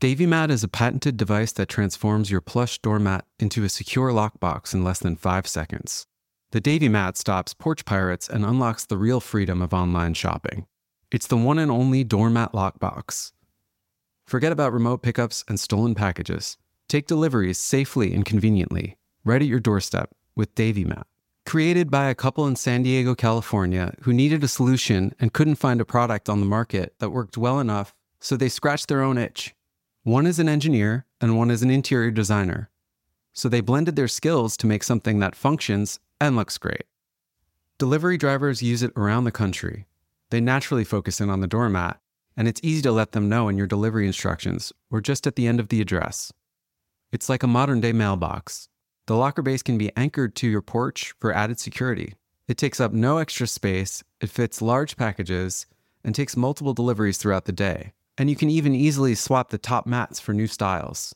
DavyMat is a patented device that transforms your plush doormat into a secure lockbox in less than five seconds. The DavyMat stops porch pirates and unlocks the real freedom of online shopping. It's the one and only doormat lockbox. Forget about remote pickups and stolen packages. Take deliveries safely and conveniently, right at your doorstep, with DavyMat. Created by a couple in San Diego, California, who needed a solution and couldn't find a product on the market that worked well enough, so they scratched their own itch. One is an engineer and one is an interior designer. So they blended their skills to make something that functions and looks great. Delivery drivers use it around the country. They naturally focus in on the doormat, and it's easy to let them know in your delivery instructions or just at the end of the address. It's like a modern day mailbox. The locker base can be anchored to your porch for added security. It takes up no extra space, it fits large packages, and takes multiple deliveries throughout the day. And you can even easily swap the top mats for new styles.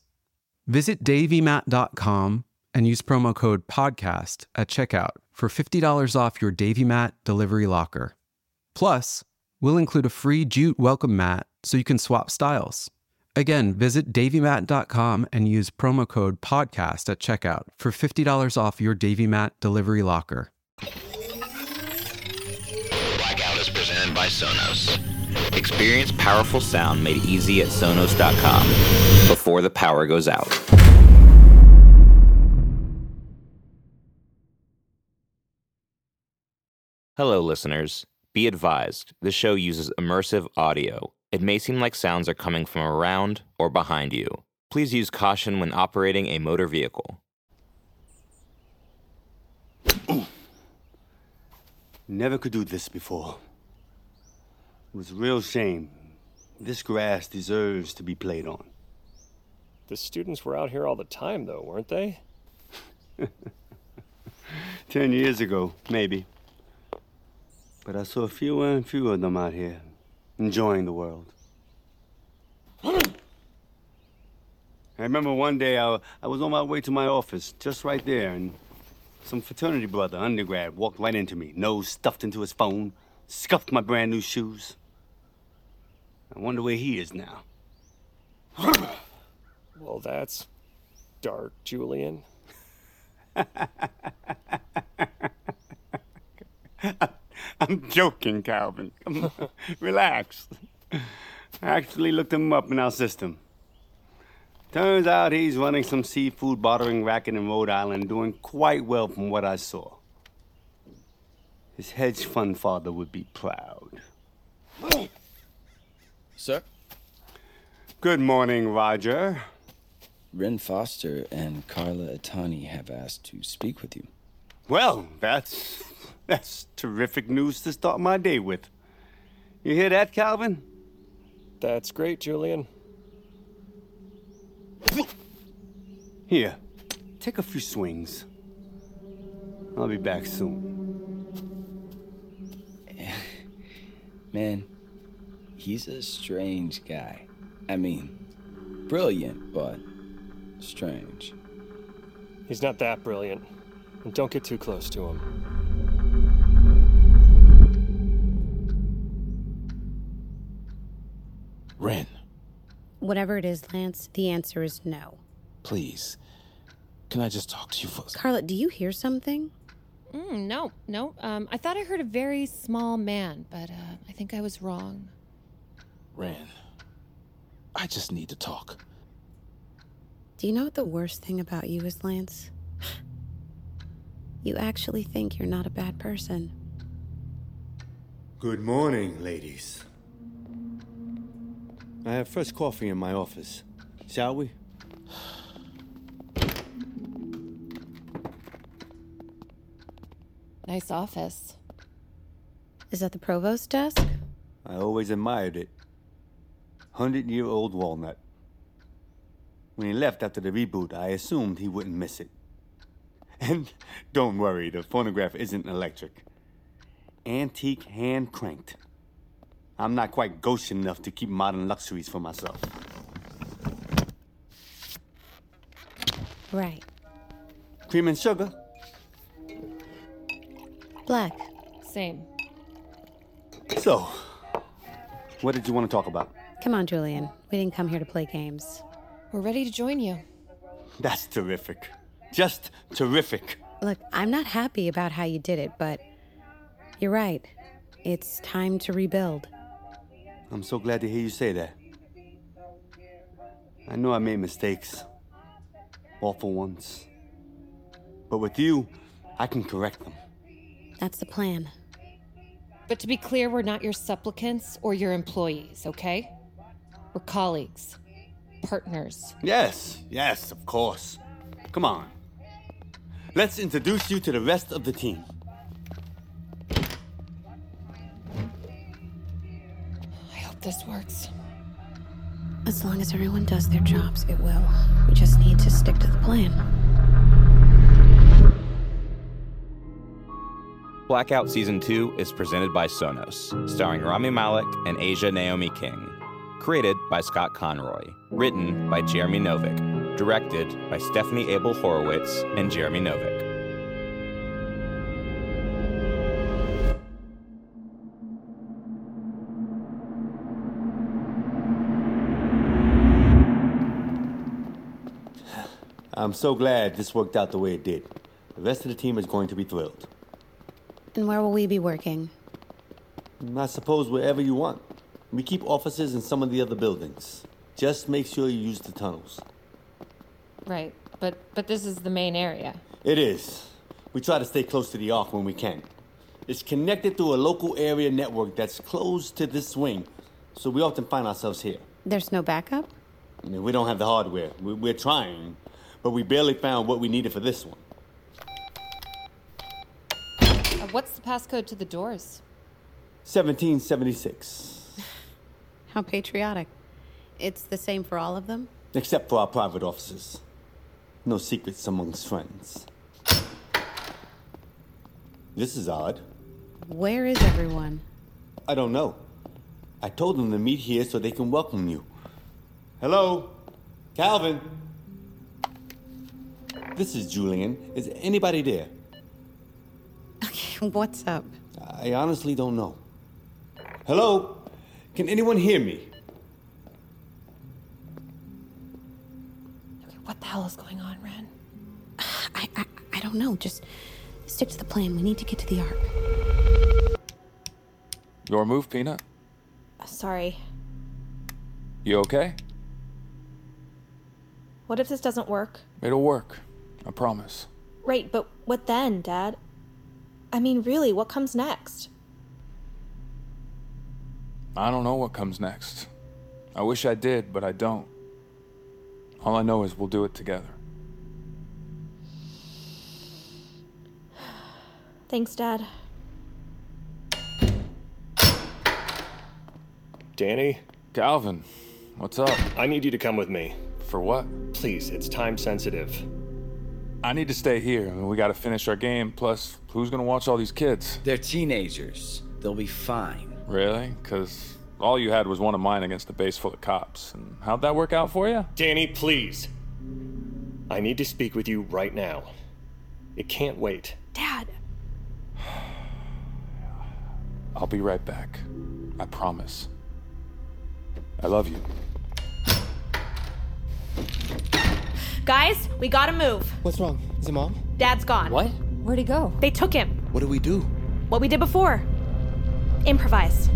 Visit davymat.com and use promo code PODCAST at checkout for $50 off your DavyMat delivery locker. Plus, we'll include a free Jute welcome mat so you can swap styles. Again, visit davymat.com and use promo code PODCAST at checkout for $50 off your DavyMat delivery locker. Blackout is presented by Sonos. Experience powerful sound made easy at Sonos.com before the power goes out. Hello, listeners. Be advised the show uses immersive audio. It may seem like sounds are coming from around or behind you. Please use caution when operating a motor vehicle. Never could do this before. It was a real shame. This grass deserves to be played on. The students were out here all the time, though, weren't they? Ten years ago, maybe. But I saw fewer and fewer of them out here, enjoying the world. I remember one day I, I was on my way to my office, just right there, and some fraternity brother, undergrad, walked right into me, nose stuffed into his phone, scuffed my brand new shoes. I wonder where he is now. Well, that's dark, Julian. I'm joking, Calvin. Come on, relax. I actually looked him up in our system. Turns out he's running some seafood bartering racket in Rhode Island, doing quite well from what I saw. His hedge fund father would be proud. Sir? Good morning, Roger. Ren Foster and Carla Itani have asked to speak with you. Well, that's that's terrific news to start my day with. You hear that, Calvin? That's great, Julian. Here, take a few swings. I'll be back soon. Man, he's a strange guy. I mean, brilliant, but strange. He's not that brilliant. And don't get too close to him. Ren, Whatever it is, Lance, the answer is no. please. Can I just talk to you for a Carla, do you hear something? Mm, no, no. Um, I thought I heard a very small man, but uh, I think I was wrong. Ren, I just need to talk. Do you know what the worst thing about you is, Lance? You actually think you're not a bad person. Good morning, ladies. I have fresh coffee in my office. Shall we? Nice office. Is that the provost's desk? I always admired it. Hundred year old walnut. When he left after the reboot, I assumed he wouldn't miss it. And don't worry, the phonograph isn't electric. Antique hand cranked. I'm not quite gauche enough to keep modern luxuries for myself. Right. Cream and sugar? Black. Same. So, what did you want to talk about? Come on, Julian. We didn't come here to play games. We're ready to join you. That's terrific. Just terrific. Look, I'm not happy about how you did it, but you're right. It's time to rebuild. I'm so glad to hear you say that. I know I made mistakes. Awful ones. But with you, I can correct them. That's the plan. But to be clear, we're not your supplicants or your employees, okay? We're colleagues, partners. Yes, yes, of course. Come on. Let's introduce you to the rest of the team. I hope this works. As long as everyone does their jobs, it will. We just need to stick to the plan. Blackout Season 2 is presented by Sonos, starring Rami Malek and Asia Naomi King. Created by Scott Conroy. Written by Jeremy Novick. Directed by Stephanie Abel Horowitz and Jeremy Novick. I'm so glad this worked out the way it did. The rest of the team is going to be thrilled. And where will we be working? I suppose wherever you want. We keep offices in some of the other buildings. Just make sure you use the tunnels. Right, but but this is the main area. It is. We try to stay close to the arc when we can. It's connected through a local area network that's closed to this wing, so we often find ourselves here. There's no backup? I mean, we don't have the hardware. We- We're trying, but we barely found what we needed for this one. Uh, what's the passcode to the doors? 1776. How patriotic. It's the same for all of them? Except for our private offices. No secrets amongst friends. This is odd. Where is everyone? I don't know. I told them to meet here so they can welcome you. Hello? Calvin? This is Julian. Is anybody there? What's up? I honestly don't know. Hello? Can anyone hear me? Okay, what the hell is going on, Ren? I, I, I don't know. Just stick to the plan. We need to get to the arc. Your move, Peanut. Sorry. You okay? What if this doesn't work? It'll work. I promise. Right, but what then, Dad? I mean, really, what comes next? I don't know what comes next. I wish I did, but I don't. All I know is we'll do it together. Thanks, Dad. Danny, Calvin, what's up? I need you to come with me. For what? Please, it's time sensitive. I need to stay here. I mean, we gotta finish our game. Plus, who's gonna watch all these kids? They're teenagers. They'll be fine. Really? Because all you had was one of mine against a base full of cops. And how'd that work out for you? Danny, please. I need to speak with you right now. It can't wait. Dad! I'll be right back. I promise. I love you. Guys, we gotta move. What's wrong? Is it mom? Dad's gone. What? Where'd he go? They took him. What do we do? What we did before. Improvise.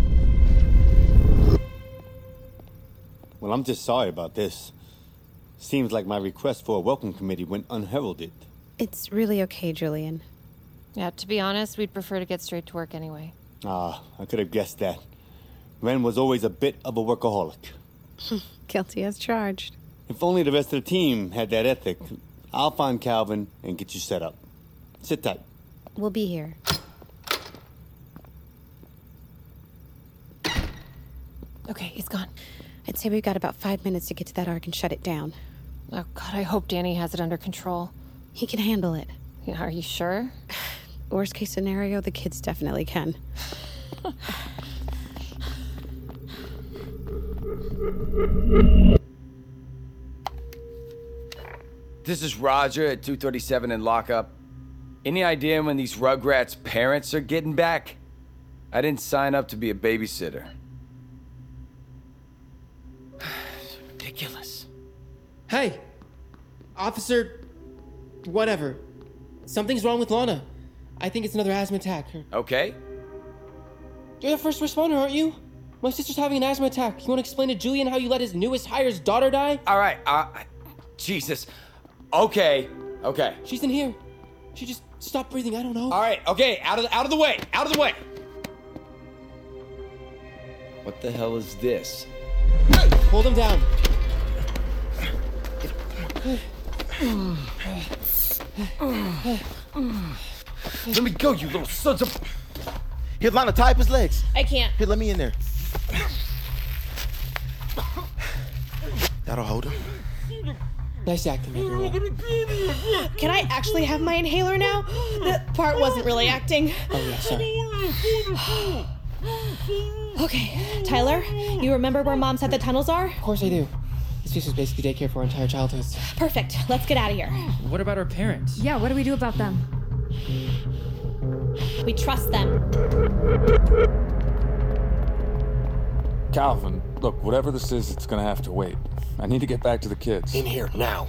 Well, I'm just sorry about this. Seems like my request for a welcome committee went unheralded. It's really okay, Julian. Yeah, to be honest, we'd prefer to get straight to work anyway. Ah, I could have guessed that. Ren was always a bit of a workaholic. Guilty as charged. If only the rest of the team had that ethic. I'll find Calvin and get you set up. Sit tight. We'll be here. Okay, he's gone. I'd say we've got about five minutes to get to that arc and shut it down. Oh god, I hope Danny has it under control. He can handle it. Yeah, are you sure? Worst case scenario, the kids definitely can. This is Roger at 237 in lockup. Any idea when these Rugrats' parents are getting back? I didn't sign up to be a babysitter. Hey, officer, whatever. Something's wrong with Lana. I think it's another asthma attack. Okay? You're the first responder, aren't you? My sister's having an asthma attack. You want to explain to Julian how you let his newest hire's daughter die? All right, uh, Jesus. Okay, okay. She's in here. She just stopped breathing. I don't know. All right, okay, out of, out of the way, out of the way. What the hell is this? Hold him down. Let me go, you little sons of. Here, Lana, tie up his legs. I can't. Here, let me in there. That'll hold him. Nice acting, everyone. Can I actually have my inhaler now? That part wasn't really acting. Oh, yeah, sorry. Okay, Tyler, you remember where mom said the tunnels are? Of course I do. This place was basically daycare for our entire childhoods. Perfect. Let's get out of here. What about our parents? Yeah, what do we do about them? We trust them. Calvin, look, whatever this is, it's gonna have to wait. I need to get back to the kids. In here, now.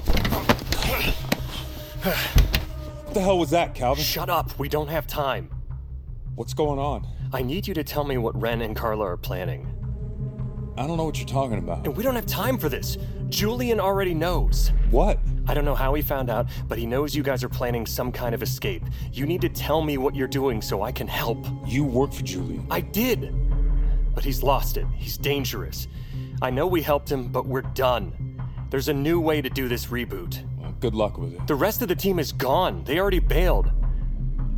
What the hell was that, Calvin? Shut up, we don't have time. What's going on? I need you to tell me what Ren and Carla are planning. I don't know what you're talking about. And we don't have time for this. Julian already knows. What? I don't know how he found out, but he knows you guys are planning some kind of escape. You need to tell me what you're doing so I can help. You work for Julian. I did. But he's lost it. He's dangerous. I know we helped him, but we're done. There's a new way to do this reboot. Well, good luck with it. The rest of the team is gone. They already bailed.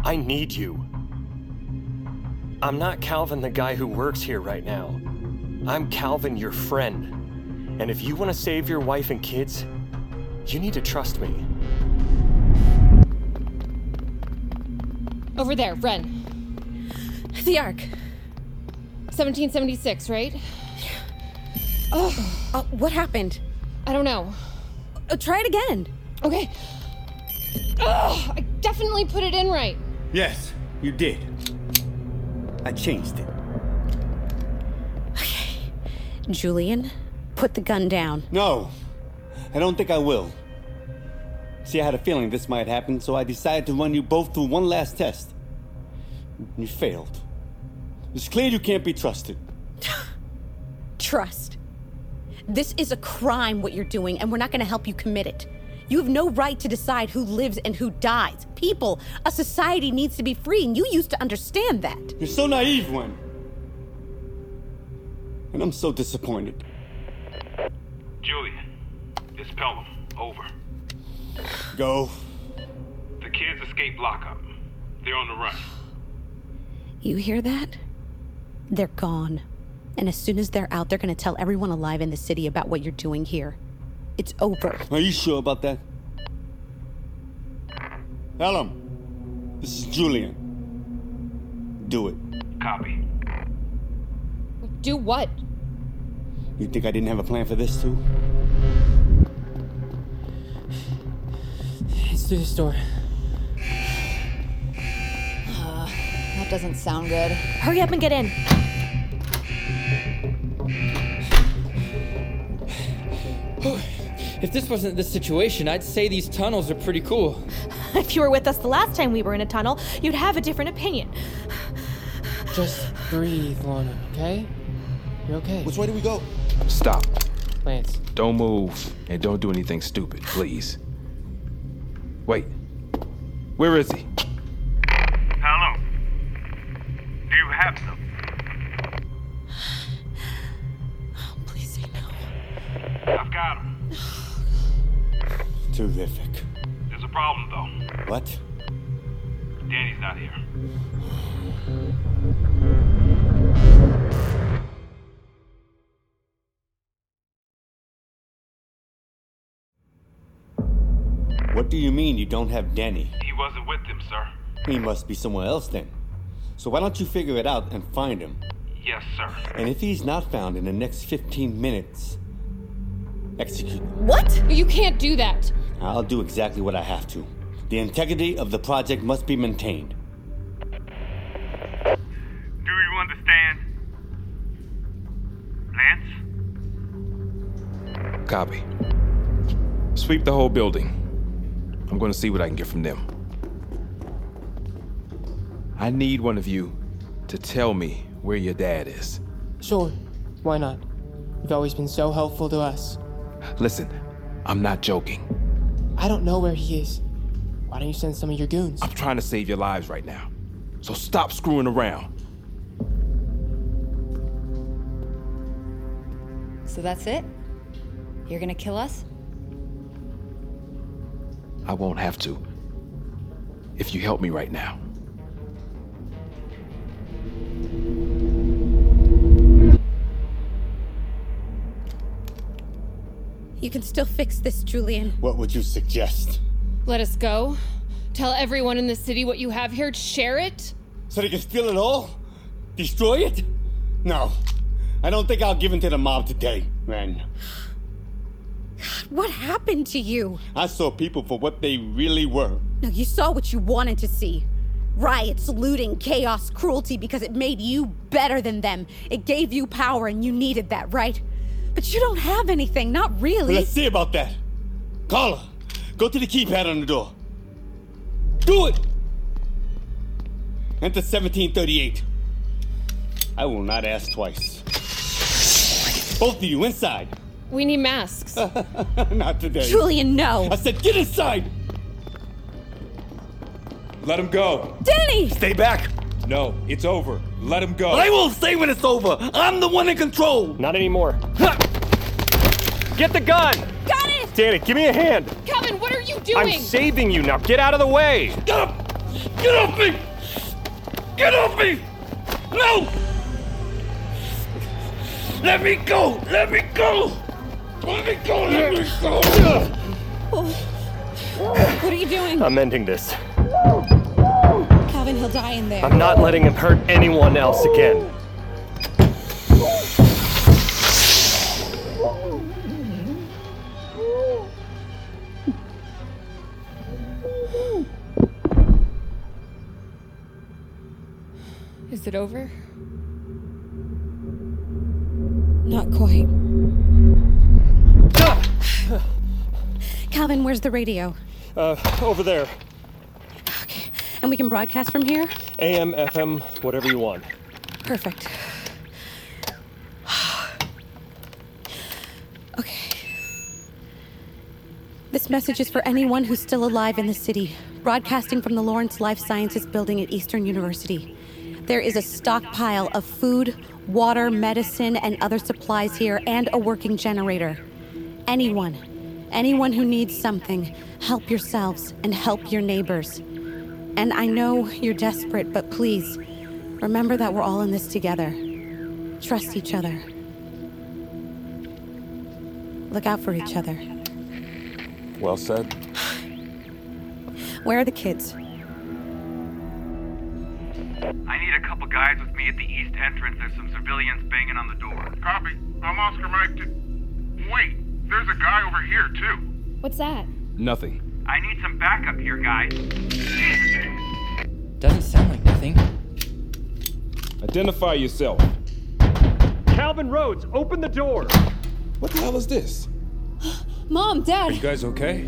I need you. I'm not Calvin, the guy who works here right now. I'm Calvin, your friend. And if you want to save your wife and kids, you need to trust me. Over there, Ren. The Ark. 1776, right? Oh, uh, what happened? I don't know. Uh, try it again. Okay. Ugh, I definitely put it in right. Yes, you did. I changed it. Julian, put the gun down. No, I don't think I will. See, I had a feeling this might happen, so I decided to run you both through one last test. You failed. It's clear you can't be trusted. Trust. This is a crime, what you're doing, and we're not going to help you commit it. You have no right to decide who lives and who dies. People, a society needs to be free, and you used to understand that. You're so naive, Wen. And I'm so disappointed. Julian, it's Pelham. Over. Go. The kids escaped lockup. They're on the run. You hear that? They're gone. And as soon as they're out, they're going to tell everyone alive in the city about what you're doing here. It's over. Are you sure about that? Pelham, this is Julian. Do it. Copy. Do what? You think I didn't have a plan for this too? It's through the store. Uh, that doesn't sound good. Hurry up and get in. If this wasn't the situation, I'd say these tunnels are pretty cool. if you were with us the last time we were in a tunnel, you'd have a different opinion. Just breathe, Lana, okay? You're okay. Which way do we go? Stop. Lance. Don't move and don't do anything stupid, please. Wait. Where is he? Hello. Do you have them? Oh, please say no. I've got them. Terrific. There's a problem though. What? Danny's not here. What do you mean you don't have Danny? He wasn't with them, sir. He must be somewhere else then. So why don't you figure it out and find him? Yes, sir. And if he's not found in the next 15 minutes, execute him. What? You can't do that. I'll do exactly what I have to. The integrity of the project must be maintained. Do you understand? Lance? Copy. Sweep the whole building. I'm gonna see what I can get from them. I need one of you to tell me where your dad is. Sure, why not? You've always been so helpful to us. Listen, I'm not joking. I don't know where he is. Why don't you send some of your goons? I'm trying to save your lives right now. So stop screwing around. So that's it? You're gonna kill us? I won't have to. If you help me right now. You can still fix this, Julian. What would you suggest? Let us go. Tell everyone in the city what you have here. Share it. So they can steal it all? Destroy it? No. I don't think I'll give in to the mob today, man. What happened to you? I saw people for what they really were. No, you saw what you wanted to see riots, looting, chaos, cruelty because it made you better than them. It gave you power and you needed that, right? But you don't have anything, not really. Let's see about that. Carla, go to the keypad on the door. Do it! Enter 1738. I will not ask twice. Both of you inside. We need masks. Not today. Julian, no. I said get inside! Let him go. Denny! Stay back! No, it's over. Let him go. I won't say when it's over! I'm the one in control! Not anymore. Get the gun! Got it! Danny, give me a hand! Kevin, what are you doing? I'm saving you now. Get out of the way! Get up! Get off me! Get off me! No! Let me go! Let me go! Let me go! Let me go! What are you doing? I'm ending this. Calvin, he'll die in there. I'm not letting him hurt anyone else again. Is it over? Not quite. Calvin, where's the radio? Uh, over there. And we can broadcast from here? AM, FM, whatever you want. Perfect. okay. This message is for anyone who's still alive in the city, broadcasting from the Lawrence Life Sciences Building at Eastern University. There is a stockpile of food, water, medicine, and other supplies here, and a working generator. Anyone, anyone who needs something, help yourselves and help your neighbors. And I know you're desperate, but please remember that we're all in this together. Trust each other. Look out for each other. Well said. Where are the kids? I need a couple guys with me at the east entrance. There's some civilians banging on the door. Copy. I'm Oscar Mike. To... Wait, there's a guy over here too. What's that? Nothing. I need some backup here, guys. Doesn't sound like nothing. Identify yourself. Calvin Rhodes, open the door! What the hell is this? Mom, Are Dad! you guys okay?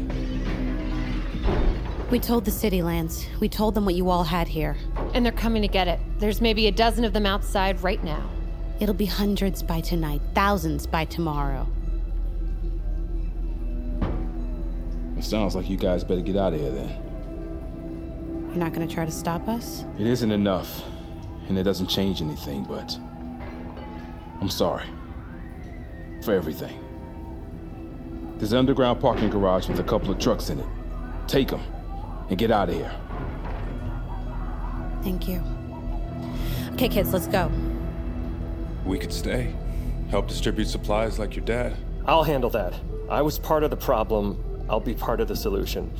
We told the city lands. We told them what you all had here. And they're coming to get it. There's maybe a dozen of them outside right now. It'll be hundreds by tonight, thousands by tomorrow. It sounds like you guys better get out of here then. You're not gonna try to stop us? It isn't enough, and it doesn't change anything, but I'm sorry for everything. There's an underground parking garage with a couple of trucks in it. Take them and get out of here. Thank you. Okay, kids, let's go. We could stay. Help distribute supplies like your dad. I'll handle that. I was part of the problem. I'll be part of the solution.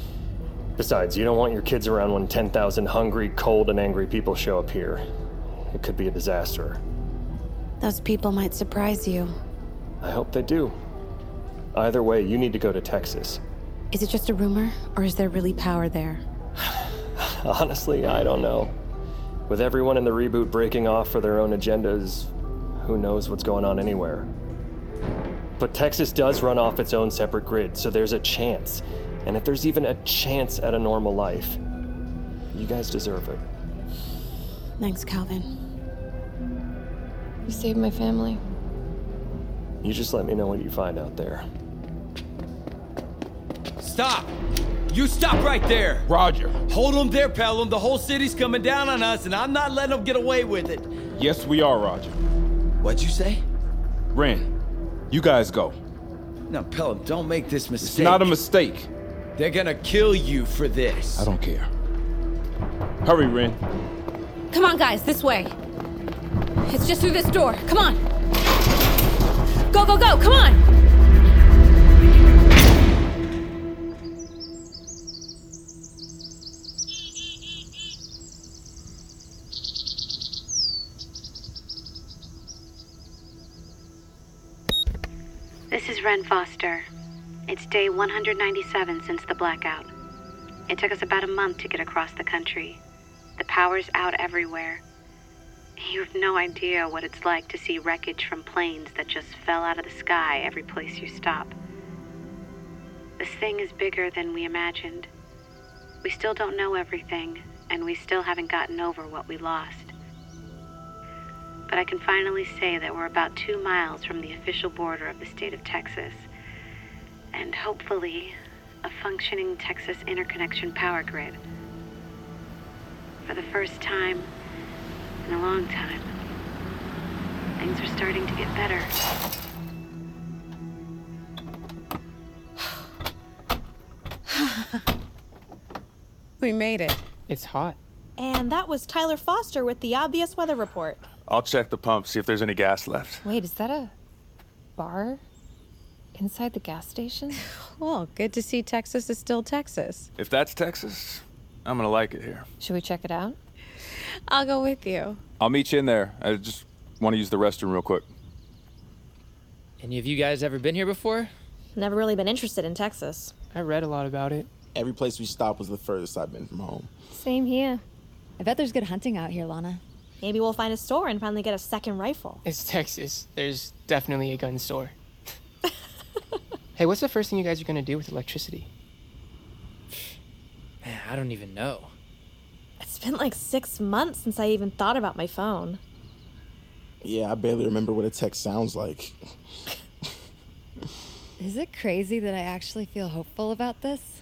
Besides, you don't want your kids around when 10,000 hungry, cold, and angry people show up here. It could be a disaster. Those people might surprise you. I hope they do. Either way, you need to go to Texas. Is it just a rumor, or is there really power there? Honestly, I don't know. With everyone in the reboot breaking off for their own agendas, who knows what's going on anywhere? But Texas does run off its own separate grid, so there's a chance. And if there's even a chance at a normal life, you guys deserve it. Thanks, Calvin. You saved my family. You just let me know what you find out there. Stop! You stop right there! Roger. Hold them there, Pelham. The whole city's coming down on us, and I'm not letting them get away with it. Yes, we are, Roger. What'd you say? Ren, you guys go. Now, Pelham, don't make this mistake. It's not a mistake. They're gonna kill you for this. I don't care. Hurry, Ren. Come on, guys, this way. It's just through this door. Come on. Go, go, go. Come on. This is Ren Foster. It's day 197 since the blackout. It took us about a month to get across the country. The power's out everywhere. You have no idea what it's like to see wreckage from planes that just fell out of the sky every place you stop. This thing is bigger than we imagined. We still don't know everything, and we still haven't gotten over what we lost. But I can finally say that we're about two miles from the official border of the state of Texas. And hopefully, a functioning Texas interconnection power grid. For the first time, in a long time. Things are starting to get better. We made it. It's hot. And that was Tyler Foster with the obvious weather report. I'll check the pump, see if there's any gas left. Wait, is that a bar inside the gas station? Well, good to see Texas is still Texas. If that's Texas, I'm gonna like it here. Should we check it out? I'll go with you. I'll meet you in there. I just want to use the restroom real quick. Any of you guys ever been here before? Never really been interested in Texas. I read a lot about it. Every place we stopped was the furthest I've been from home. Same here. I bet there's good hunting out here, Lana. Maybe we'll find a store and finally get a second rifle. It's Texas. There's definitely a gun store. hey, what's the first thing you guys are gonna do with electricity? Man, I don't even know. It's been like six months since I even thought about my phone. Yeah, I barely remember what a text sounds like. Is it crazy that I actually feel hopeful about this?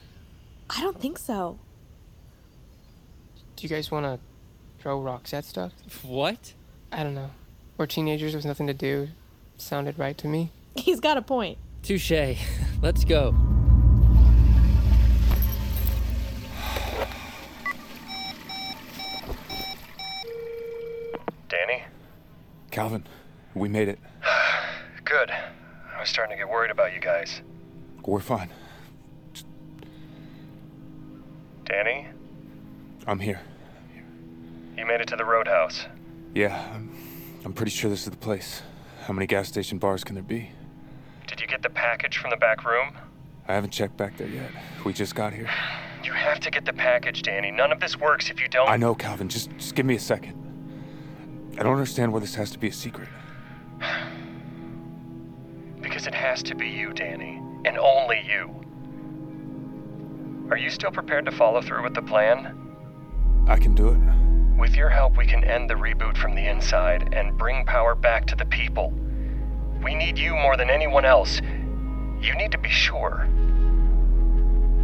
I don't think so. Do you guys wanna throw rocks at stuff? What? I don't know. We're teenagers with nothing to do. Sounded right to me. He's got a point. Touche. Let's go. Danny? Calvin, we made it. Good. I was starting to get worried about you guys. We're fine. Danny? I'm here. You made it to the roadhouse. Yeah, I'm, I'm pretty sure this is the place. How many gas station bars can there be? Did you get the package from the back room? I haven't checked back there yet. We just got here. You have to get the package, Danny. None of this works if you don't. I know, Calvin. Just, just give me a second. I don't understand why this has to be a secret. Because it has to be you, Danny, and only you. Are you still prepared to follow through with the plan? I can do it. With your help, we can end the reboot from the inside and bring power back to the people. We need you more than anyone else. You need to be sure.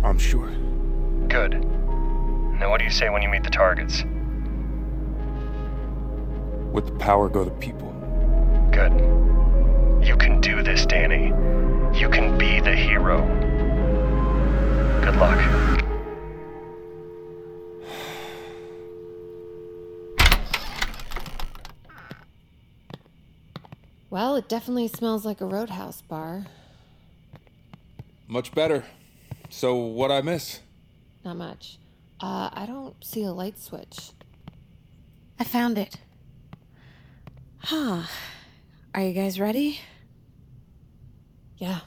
I'm sure. Good. Now, what do you say when you meet the targets? With the power go the people. Good. You can do this, Danny. You can be the hero. Good luck. Well, it definitely smells like a roadhouse bar. Much better. So, what I miss? Not much. Uh, I don't see a light switch. I found it. Huh. Are you guys ready? Yeah.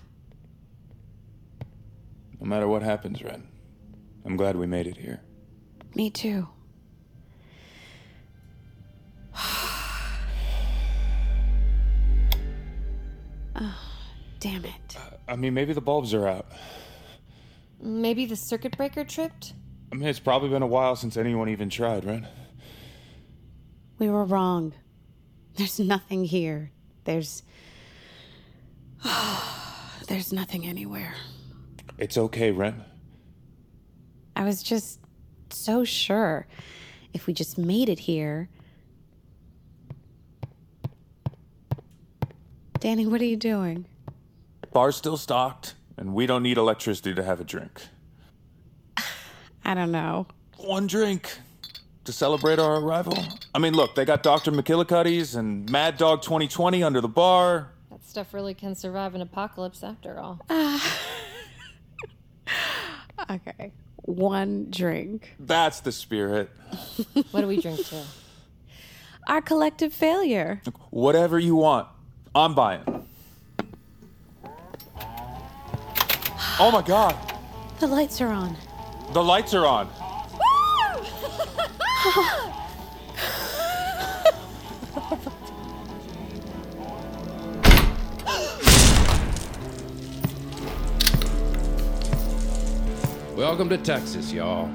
No matter what happens, Ren, I'm glad we made it here. Me too. Damn it. I mean, maybe the bulbs are out. Maybe the circuit breaker tripped? I mean, it's probably been a while since anyone even tried, right? We were wrong. There's nothing here. There's. There's nothing anywhere. It's okay, Ren. I was just so sure if we just made it here. Danny, what are you doing? Bar's still stocked, and we don't need electricity to have a drink. I don't know. One drink to celebrate our arrival. I mean, look, they got Dr. McKillicuddy's and Mad Dog 2020 under the bar. That stuff really can survive an apocalypse after all. Ah. okay. One drink. That's the spirit. what do we drink to? Our collective failure. Whatever you want, I'm buying. Oh my god, The lights are on. the lights are on. Welcome to Texas, y'all.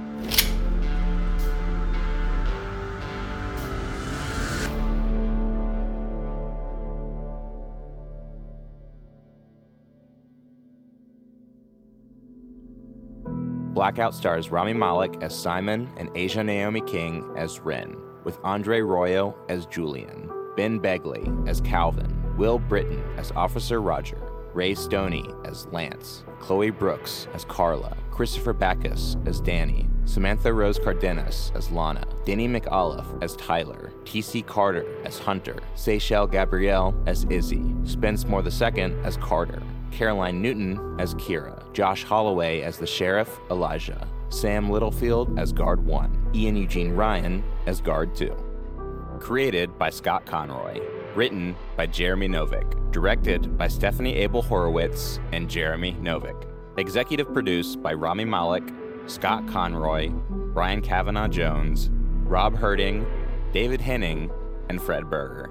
Blackout stars Rami Malek as Simon and Asia Naomi King as Ren, with Andre Royo as Julian, Ben Begley as Calvin, Will Britton as Officer Roger, Ray Stoney as Lance, Chloe Brooks as Carla, Christopher Backus as Danny, Samantha Rose Cardenas as Lana, Denny McAuliffe as Tyler, T.C. Carter as Hunter, Seychelle Gabrielle as Izzy, Spence Moore II as Carter, Caroline Newton as Kira, Josh Holloway as the Sheriff Elijah, Sam Littlefield as Guard 1, Ian Eugene Ryan as Guard 2. Created by Scott Conroy. Written by Jeremy Novick. Directed by Stephanie Abel Horowitz and Jeremy Novick. Executive produced by Rami Malek, Scott Conroy, Ryan Kavanaugh Jones, Rob Herding, David Henning, and Fred Berger.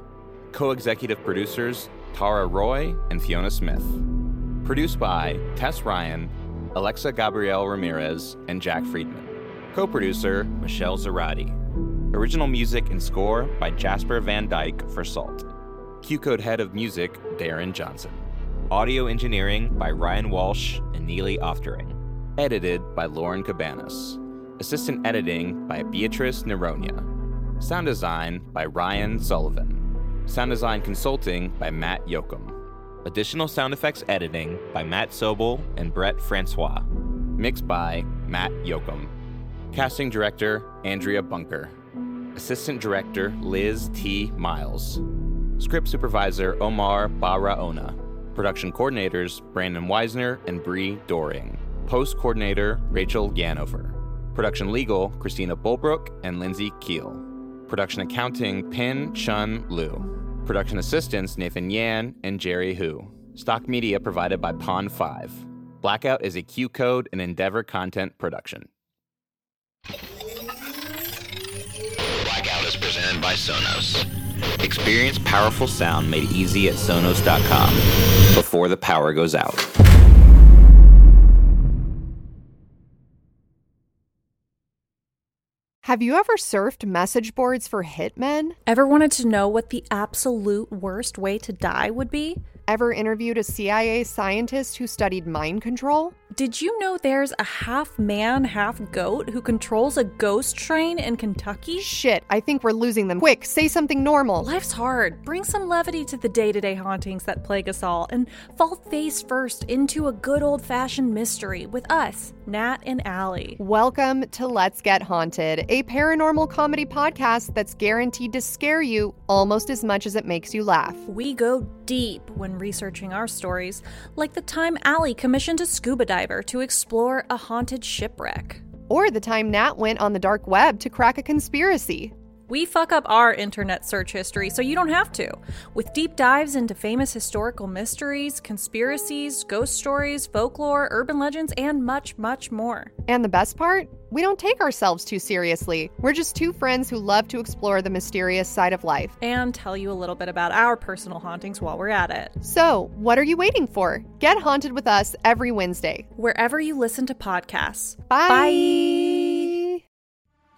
Co executive producers Tara Roy and Fiona Smith. Produced by Tess Ryan, Alexa Gabrielle Ramirez, and Jack Friedman. Co producer Michelle Zarati. Original music and score by Jasper Van Dyke for Salt. Q Code Head of Music Darren Johnson. Audio engineering by Ryan Walsh and Neely Oftering. Edited by Lauren Cabanas. Assistant editing by Beatrice Neronia. Sound design by Ryan Sullivan. Sound design consulting by Matt Yoakum. Additional sound effects editing by Matt Sobel and Brett Francois. Mixed by Matt Yoakum. Casting director Andrea Bunker. Assistant director Liz T. Miles. Script supervisor Omar Barraona. Production coordinators Brandon Weisner and Bree Doring. Post coordinator Rachel Yanover. Production legal Christina Bulbrook and Lindsay Keel. Production accounting Pin Chun Liu. Production assistants Nathan Yan and Jerry Hu. Stock media provided by Pond 5. Blackout is a Q code and Endeavor content production. Blackout is presented by Sonos. Experience powerful sound made easy at Sonos.com before the power goes out. Have you ever surfed message boards for hitmen? Ever wanted to know what the absolute worst way to die would be? Ever interviewed a CIA scientist who studied mind control? Did you know there's a half man, half goat who controls a ghost train in Kentucky? Shit, I think we're losing them. Quick, say something normal. Life's hard. Bring some levity to the day to day hauntings that plague us all and fall face first into a good old fashioned mystery with us, Nat and Allie. Welcome to Let's Get Haunted, a paranormal comedy podcast that's guaranteed to scare you almost as much as it makes you laugh. We go deep when researching our stories, like the time Allie commissioned a scuba diver to explore a haunted shipwreck. Or the time Nat went on the dark web to crack a conspiracy. We fuck up our internet search history, so you don't have to. With deep dives into famous historical mysteries, conspiracies, ghost stories, folklore, urban legends, and much, much more. And the best part? We don't take ourselves too seriously. We're just two friends who love to explore the mysterious side of life. And tell you a little bit about our personal hauntings while we're at it. So, what are you waiting for? Get haunted with us every Wednesday. Wherever you listen to podcasts. Bye.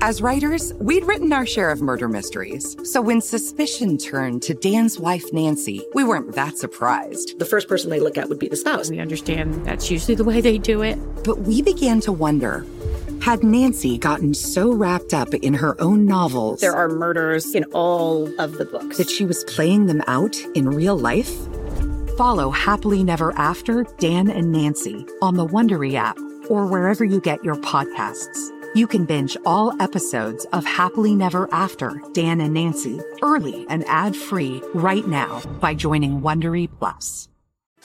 As writers, we'd written our share of murder mysteries. So when suspicion turned to Dan's wife, Nancy, we weren't that surprised. The first person they look at would be the spouse. We understand that's usually the way they do it. But we began to wonder had Nancy gotten so wrapped up in her own novels There are murders in all of the books. that she was playing them out in real life? Follow Happily Never After, Dan and Nancy on the Wondery app or wherever you get your podcasts. You can binge all episodes of Happily Never After, Dan and Nancy, early and ad free right now by joining Wondery Plus.